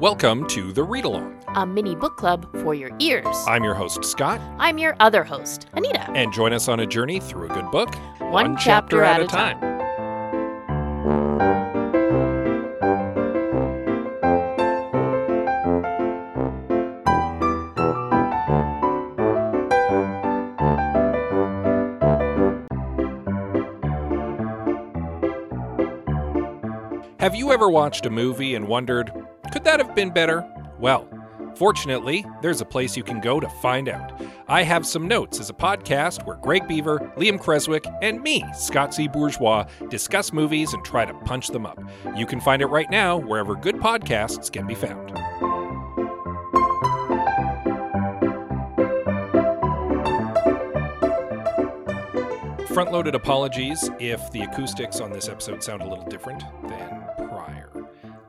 Welcome to the Read Along. a mini book club for your ears. I'm your host, Scott, I'm your other host, Anita. and join us on a journey through a good book, one, chapter at a time. Have you ever watched a movie and wondered, could that have been better? Well, fortunately, there's a place you can go to find out. I Have Some Notes is a podcast where Greg Beaver, Liam Creswick, and me, Scott C. Bourgeois, discuss movies and try to punch them up. You can find it right now wherever good podcasts can be found. Front loaded apologies if the acoustics on this episode sound a little different than prior.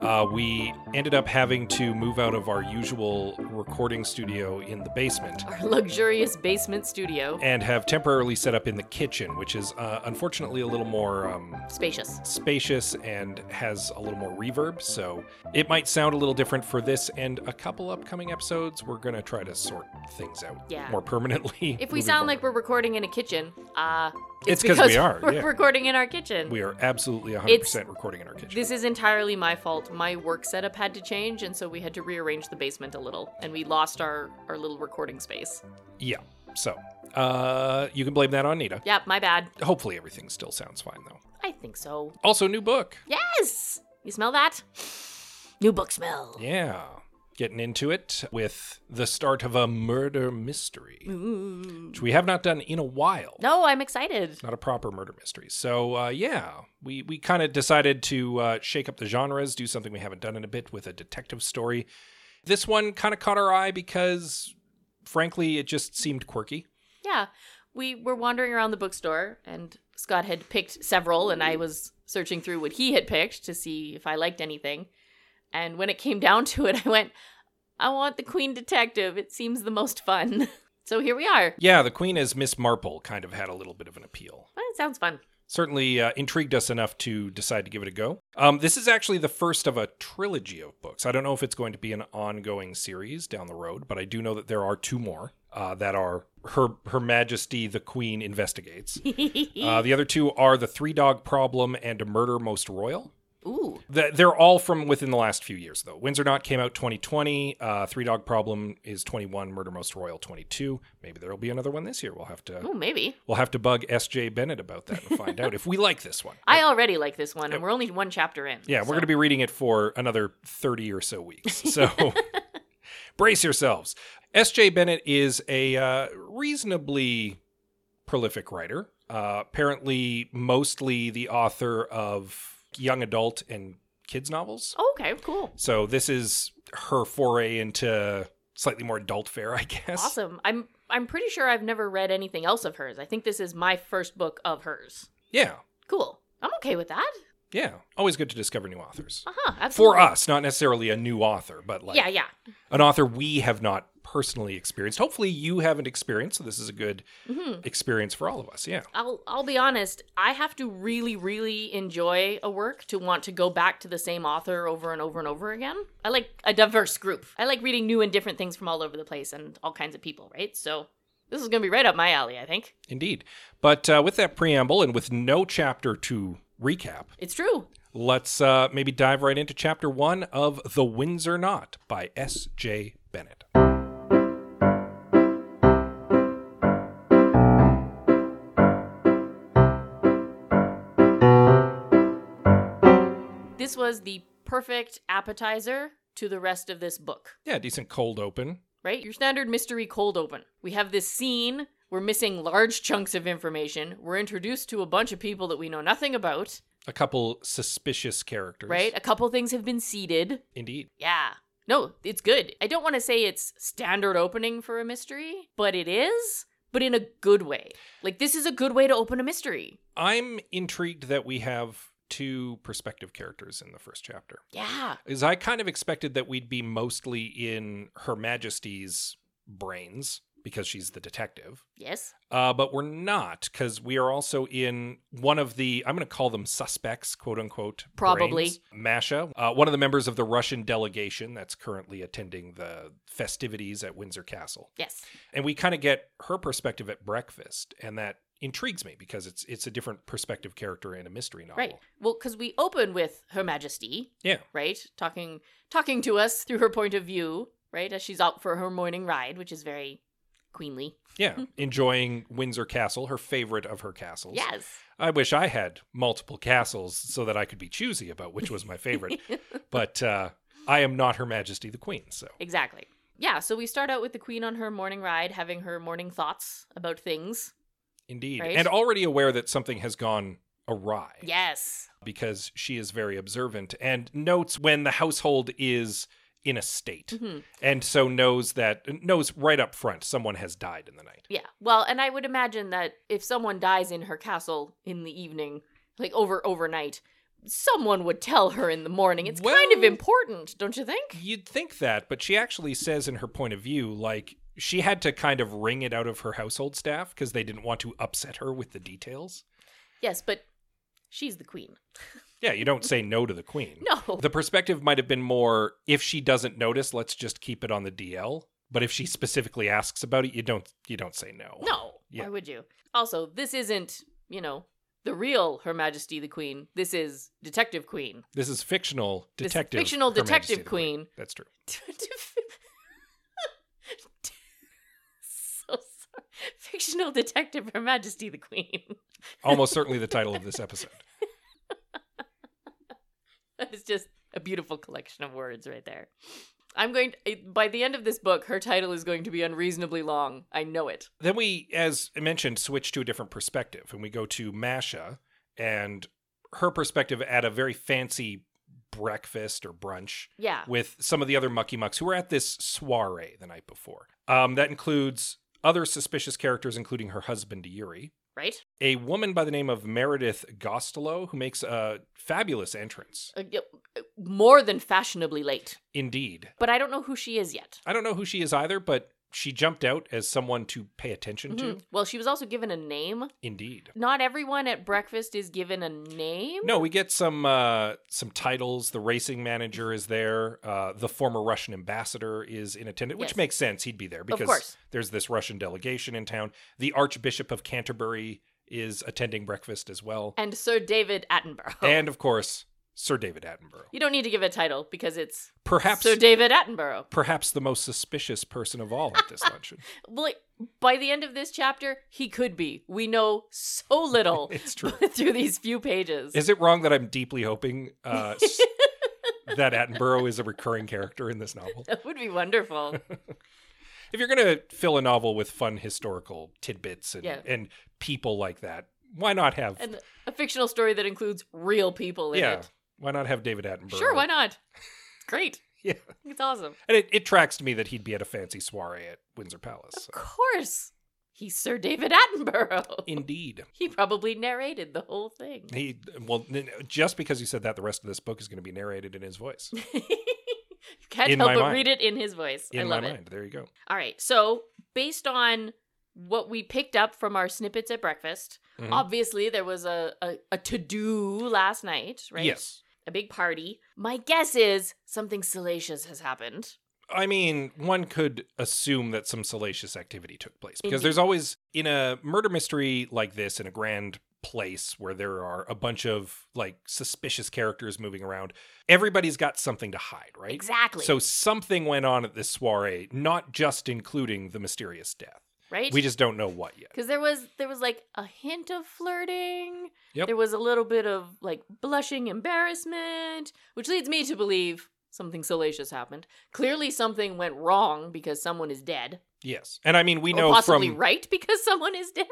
Uh, we ended up having to move out of our usual recording studio in the basement Our luxurious basement studio. and have temporarily set up in the kitchen, which is uh, unfortunately a little more um, Spacious. spacious and has a little more reverb. So it might sound a little different for this and a couple upcoming episodes. We're going to try to sort things out Yeah. more permanently. If we moving sound forward. like we're recording in a kitchen, uh, It's it's 'cause because we are, We're yeah. recording in our kitchen. we are absolutely 100% recording in our kitchen. this is entirely my fault. My work setup had to change, and so we had to rearrange the basement a little, and we lost our, our little recording space. Yeah. So, uh, you can blame that on Nita. Yep, my bad. Hopefully, everything still sounds fine though. I think so. Also, new book. Yes! You smell that? New book smell. Yeah. Getting into it with the start of a murder mystery, Ooh. which we have not done in a while. Mm. No, I'm excited. Not a proper murder mystery. So, uh, yeah, we, we kind of decided to uh, shake up the genres, do something we haven't done in a bit with a detective story. This one kind of caught our eye because, frankly, it just seemed quirky. Yeah. We were wandering around the bookstore and Scott had picked several and I was searching through what he had picked to see if I liked anything. And when it came down to it, I went, I want the Queen Detective. It seems the most fun. so here we are. Yeah, the Queen as Miss Marple kind of had a little bit of an appeal. Well, it sounds fun. certainly uh, intrigued us enough to decide to give it a go. Um, this is actually the first of a trilogy of books. I don't know if it's going to be an ongoing series down the road, but I do know that there are two more uh, that are Her Her Majesty the Queen investigates. Uh, the other two are the Three Dog Problem and A Murder Most Royal. Ooh. The- They're all from within the last few years, though. Windsor Knot came out 2020. Uh, Three Dog Problem is 21. Murder Most Royal 22. Maybe there'll be another one this year. We'll have to Ooh, maybe. We'll have to bug S.J. Bennett about that and find out if we like this one. I already like this one and we're only one chapter in. yeah, we're going to be reading it for another 30 or so weeks. So brace yourselves. S.J. Bennett is a uh, reasonably prolific writer, uh, apparently, mostly the author of young adult and kids novels. Oh, okay, cool. So this is her foray into slightly more adult fare, I guess. Awesome. I'm I'm pretty sure I've never read anything else of hers. I think this is my first book of hers. Yeah, Cool. I'm okay with that. yeah. Always good to discover new authors. Uh-huh. Absolutely. For us, not necessarily a new author, but like yeah, yeah. an author we have not personally experienced. Hopefully, you haven't experienced. So this is a good experience for all of us. Yeah, I'll I'll be honest, I have to really really enjoy a work to want to go back to the same author over and over and over again. I like a diverse group. I like reading new and different things from all over the place and all kinds of people, right? So this is going to be right up my alley, I think. indeed. But uh, with that preamble and with no chapter to recap, It's true. let's uh, maybe dive right into chapter one of *The Windsor Knot* by S. J. Bennett. This was the perfect appetizer to the rest of this book, Yeah, decent cold open. right? Your standard mystery cold open. We have this scene we're missing large chunks of information. We're introduced to a bunch of people that we know nothing about, A couple suspicious characters. right? A couple things have been seeded. Indeed. Yeah. No, it's good. I don't want to say it's standard opening for a mystery, but it is, but in a good way. Like this is a good way to open a mystery. I'm intrigued that we have two prospective characters in the first chapter. Yeah. is I kind of expected that we'd be mostly in Her Majesty's brains because she's the detective. Yes. Uh, but we're not because we are also in one of the, I'm going to call them suspects, quote unquote. Probably. brains. Masha, uh, one of the members of the Russian delegation that's currently attending the festivities at Windsor Castle. Yes. And we kind of get her perspective at breakfast. And that intrigues me because it's it's a different perspective character in a mystery novel. Right. Well, because we open with Her Majesty. Yeah. Right. Talking talking to us through her point of view. Right. As she's out for her morning ride, which is very queenly. Yeah. Enjoying Windsor Castle, her favorite of her castles. Yes. I wish I had multiple castles so that I could be choosy about which was my favorite. but uh, I am not Her Majesty the Queen, so Exactly. Yeah. So we start out with the queen on her morning ride, having her morning thoughts about things. indeed. Right. And already aware that something has gone awry Yes. because she is very observant and notes when the household is in a state hmm and so knows that knows right up front someone has died in the night. Yeah. Well, and I would imagine that if someone dies in her castle in the evening, like over overnight, someone would tell her in the morning. It's kind of Well- important, don't you think? You'd think that, but she actually says in her point of view, like she had to kind of wring it out of her household staff because they didn't want to upset her with the details. Yes, but she's the queen. Yeah, you don't say no to the queen. No. The perspective might have been more if she doesn't notice, let's just keep it on the DL. But if she specifically asks about it, you don't you don't say no. No. Yeah. Why would you? Also, this isn't, you know, the real Her Majesty the Queen. This is Detective Queen. This is fictional This is detective. fictional Her Majesty detective the queen. That's true. so sorry. Fictional detective Her Majesty the Queen. Almost certainly the title of this episode. That is just a beautiful collection of words right there. I'm going to, by the end of this book, her title is going to be unreasonably long. I know it. Then we, as mentioned, switch to a different perspective and we go to Masha and her perspective at a very fancy breakfast or brunch Yeah. with some of the other mucky mucks who were at this soiree the night before. Um, that includes other suspicious characters, including her husband, Yuri. Right? a woman by the name of Meredith Gostolo, who makes a fabulous entrance. Uh, yeah, uh, More than fashionably late. Indeed. But I don't know who she is yet. I don't know who she is either, but she jumped out as someone to pay attention to. Mhm. Well, she was also given a name. Indeed. Not everyone at breakfast is given a name. No, we get some uh, some titles. The racing manager is there. Uh, the former Russian ambassador is in attendance, which Yes. makes sense. He'd be there because course. there's this Russian delegation in town. The Archbishop of Canterbury is attending breakfast as well, And Sir David Attenborough. and of course Sir David Attenborough. you don't need to give a title because it's Perhaps Sir David Attenborough. perhaps the most suspicious person of all at this luncheon. Well, like, by the end of this chapter, he could be. We know so little It's true. through these few pages. Is it wrong that I'm deeply hoping uh, s- that Attenborough is a recurring character in this novel? that would be wonderful. If you're going to fill a novel with fun historical tidbits and, Yeah. and people like that, why not have and a fictional story that includes real people in yeah? it. Why not have David Attenborough? Sure, why not? It's great. Yeah, It's awesome. and it, it tracks to me that he'd be at a fancy soiree at Windsor Palace. Of course. He's Sir David Attenborough. Indeed, He probably narrated the whole thing. he well n- just because you said that, the rest of this book is going to be narrated in his voice. you can't In help my but mind. read it in his voice. In I my love it. mind, there you go. All right. So, based on what we picked up from our snippets at breakfast, Mhm. obviously there was a, a, a to do last night, right? Yes, A big party. My guess is something salacious has happened. I mean, one could assume that some salacious activity took place because Indeed. there's always in a murder mystery like this in a grand place where there are a bunch of like suspicious characters moving around, everybody's got something to hide, right? Exactly. So something went on at this soiree, not just including the mysterious death. right? We just don't know what yet. because there was there was like a hint of flirting. Yep. There was a little bit of like blushing embarrassment, which leads me to believe something salacious happened. Clearly, something went wrong because someone is dead, Yes. And I mean, we or know possibly from right because someone is dead.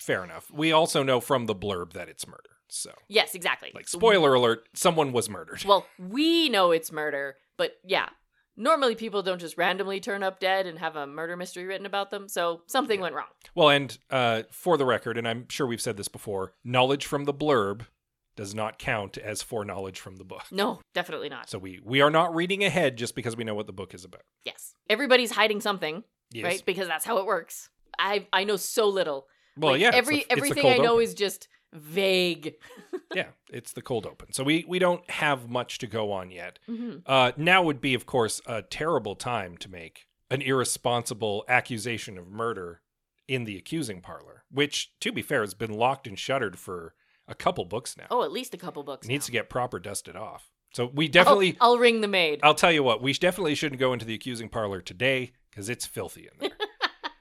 fair enough. We also know from the blurb that it's murder. So, Yes, exactly. like spoiler alert, someone was murdered. Well, we know it's murder, but yeah. Normally, people don't just randomly turn up dead and have a murder mystery written about them, so something Yeah. went wrong. Well, and uh, for the record, and I'm sure we've said this before, knowledge from the blurb does not count as foreknowledge from the book. No, definitely not. So we we are not reading ahead just because we know what the book is about. Yes. Everybody's hiding something. Yes. right? Because that's how it works. I I know so little. Well, Like, yeah. it's Every the- it's the everything cold I know open. is just vague. yeah, it's the cold open. So we we don't have much to go on yet. Mhm. Uh, now would be, of course, a terrible time to make an irresponsible accusation of murder in the accusing parlor, which, to be fair, has been locked and shuttered for a couple books now. Oh, at least a couple books. It needs now. to get proper dusted off. So we I'll- definitely, I'll, ring the maid. I'll tell you what, we definitely shouldn't go into the accusing parlor today because it's filthy in there.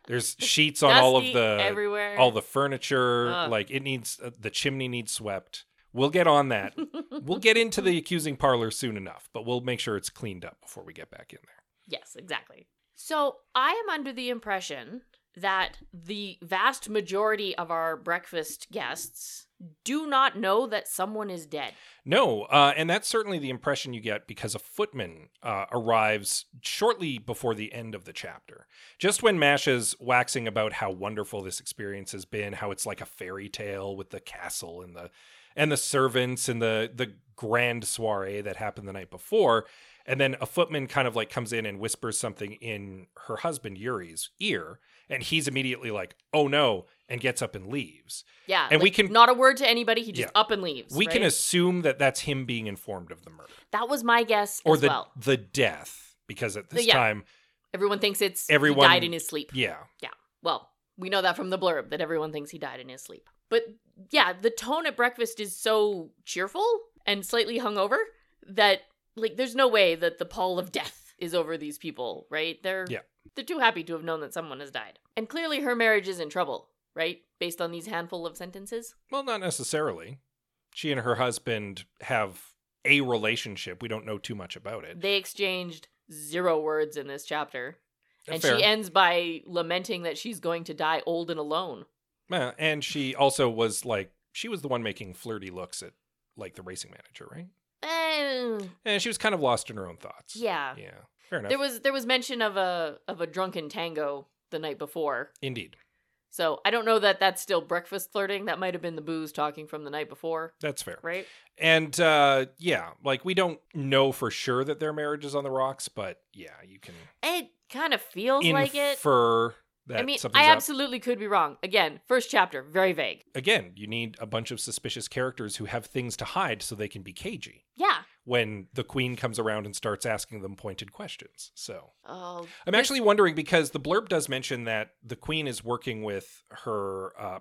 There's sheets on all of Dusty the everywhere. all the furniture. Ugh. Like it needs uh, the chimney needs swept. We'll get on that. we'll get into the accusing parlor soon enough, but we'll make sure it's cleaned up before we get back in there. Yes, exactly. So I am under the impression that the vast majority of our breakfast guests do not know that someone is dead. No, uh, and that's certainly the impression you get because a footman uh, arrives shortly before the end of the chapter. Just when Mash is waxing about how wonderful this experience has been, how it's like a fairy tale with the castle and the and the servants and the the grand soiree that happened the night before, and then a footman kind of like comes in and whispers something in her husband Yuri's ear, and he's immediately like, "Oh no!" and gets up and leaves. Yeah, And we can- not a word to anybody. He just Yeah. up and leaves. We can right? assume that that's him being informed of the murder. that was my guess or as the well. the death because at this Yeah. time Everyone thinks it's Everyone- he died in his sleep. yeah Well, we know that from the blurb that everyone thinks he died in his sleep. But yeah, the tone at breakfast is so cheerful and slightly hungover that like there's no way that the pall of death is over these people, right? They're Yeah. they're too happy to have known that someone has died. And clearly her marriage is in trouble, right? Based on these handful of sentences. well not necessarily she and her husband have a relationship we don't know too much about it They exchanged zero words in this chapter. And Uh, Fair. she ends by lamenting that she's going to die old and alone. Yeah, and she also was like she was the one making flirty looks at like the racing manager right Eh, and she was kind of lost in her own thoughts yeah. yeah fair enough There was there was mention of a of a drunken tango the night before. indeed So I don't know that that's still breakfast flirting. That might have been the booze talking from the night before, that's fair right? and uh yeah like we don't know for sure that their marriage is on the rocks but yeah you can It kind of feels like it. infer that I mean, something's I up. absolutely could be wrong. Again, first chapter, very vague. again, you need a bunch of suspicious characters who have things to hide so they can be cagey Yeah. when the queen comes around and starts asking them pointed questions. So Oh, I'm this- actually wondering because the blurb does mention that the queen is working with her uh,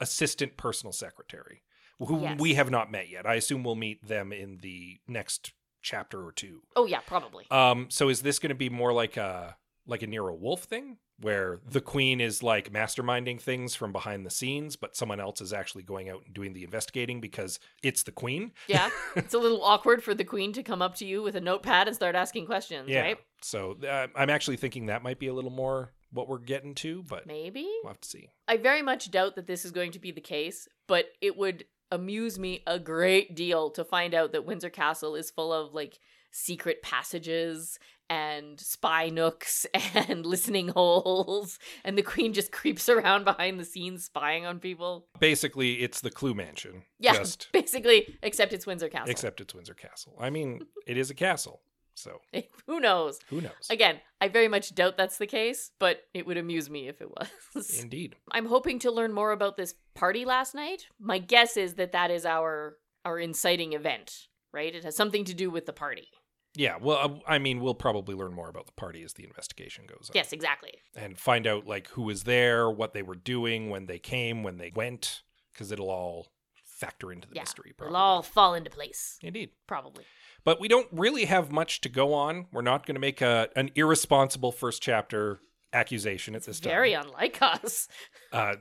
assistant personal secretary, who Yes. we have not met yet. I assume we'll meet them in the next chapter or two. Oh yeah, probably. Um, so is this going to be more like a like a Nero Wolf thing, where the queen is like masterminding things from behind the scenes, but someone else is actually going out and doing the investigating because it's the queen, yeah. It's a little awkward for the queen to come up to you with a notepad and start asking questions, yeah. right? So uh, I'm actually thinking that might be a little more what we're getting to, but Maybe. we'll have to see. I very much doubt that this is going to be the case, but it would amuse me a great deal to find out that Windsor Castle is full of like secret passages and spy nooks and listening holes, and the queen just creeps around behind the scenes spying on people. Basically, it's the Clue Mansion, Yeah, just basically, except it's Windsor Castle. except it's Windsor Castle. I mean, it is a castle, so Who knows? who knows? Again, I very much doubt that's the case, but it would amuse me if it was. Indeed, I'm hoping to learn more about this party last night. My guess is that that is our our inciting event, right? It has something to do with the party. yeah. Well, uh, I I mean, we'll probably learn more about the party as the investigation goes on. Yes, exactly. and find out like who was there, what they were doing, when they came, when they went, because it'll all factor into the Yeah, mystery. It'll all fall into place, Indeed. probably. But we don't really have much to go on. We're not going to make a, an irresponsible first chapter accusation at this Very time. unlike us. Uh,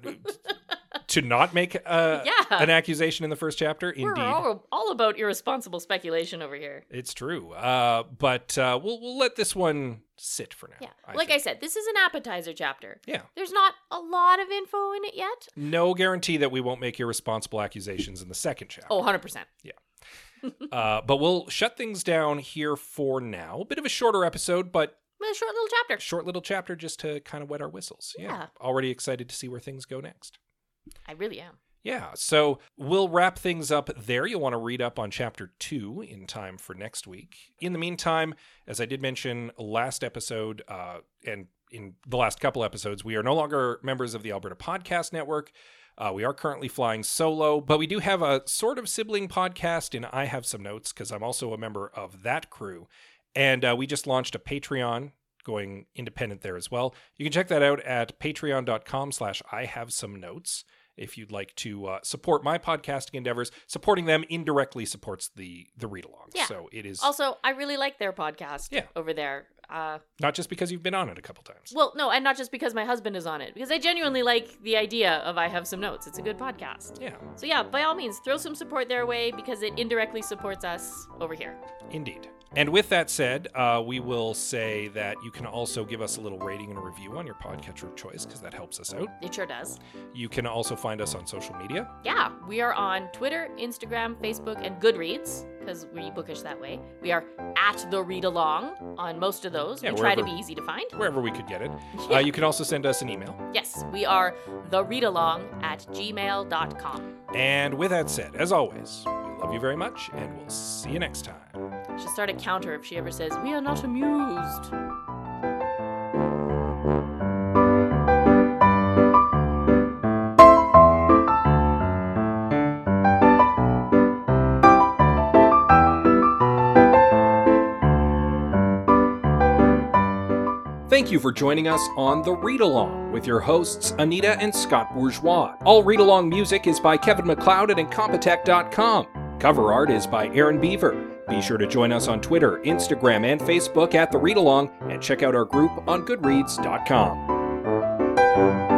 to not make uh, yeah, an accusation in the first chapter, we're indeed. all, all about irresponsible speculation over here. It's true. Uh, but uh, we'll, we'll let this one sit for now. Yeah, like I think. said, this is an appetizer chapter. Yeah. There's not a lot of info in it yet. No guarantee that we won't make irresponsible accusations in the second chapter. Oh, 100%. Uh, but we'll shut things down here for now. Bit of a shorter episode, but Well, a short little chapter. short little chapter just to kind of wet our whistles. Yeah. Already excited to see where things go next. I really am. Yeah. So we'll wrap things up there. You'll want to read up on chapter two in time for next week. In the meantime, as I did mention last episode, uh, and in the last couple episodes, we are no longer members of the Alberta Podcast Network. Uh, we are currently flying solo, but we do have a sort of sibling podcast, and I have some notes because I'm also a member of that crew. And uh, we just launched a Patreon going independent there as well. You can check that out at patreon.com slash I have some notes if you'd like to uh, support my podcasting endeavors. Supporting them indirectly supports the the read along. Yeah. So it is Also, I really like their podcast Yeah. over there. Uh, not just because you've been on it a couple times. well, no, and not just because my husband is on it, because I genuinely like the idea of I Have Some Notes. It's a good podcast. Yeah, So, yeah, by all means, throw some support their way because it indirectly supports us over here. indeed. And with that said, uh, we will say that you can also give us a little rating and a review on your podcatcher of choice because that helps us out. It sure does. You can also find us on social media. Yeah, we are on Twitter, Instagram, Facebook, and Goodreads because we bookish that way. We are at the read along on most of those. Yeah, we try to be wherever- easy to find. wherever we could get it. Yeah. Uh, you can also send us an email. Yes, we are the read along at gmail.com. And with that said, as always, we love you very much, and we'll see you next time. She'll start a counter if she ever says, We are not amused. Thank you for joining us on The Read Along with your hosts, Anita and Scott Bourgeois. All read along music is by Kevin McLeod at Incompetech.com. Cover art is by Aaron Beaver. Be sure to join us on Twitter, Instagram, and Facebook at The Read Along, and check out our group on Goodreads.com.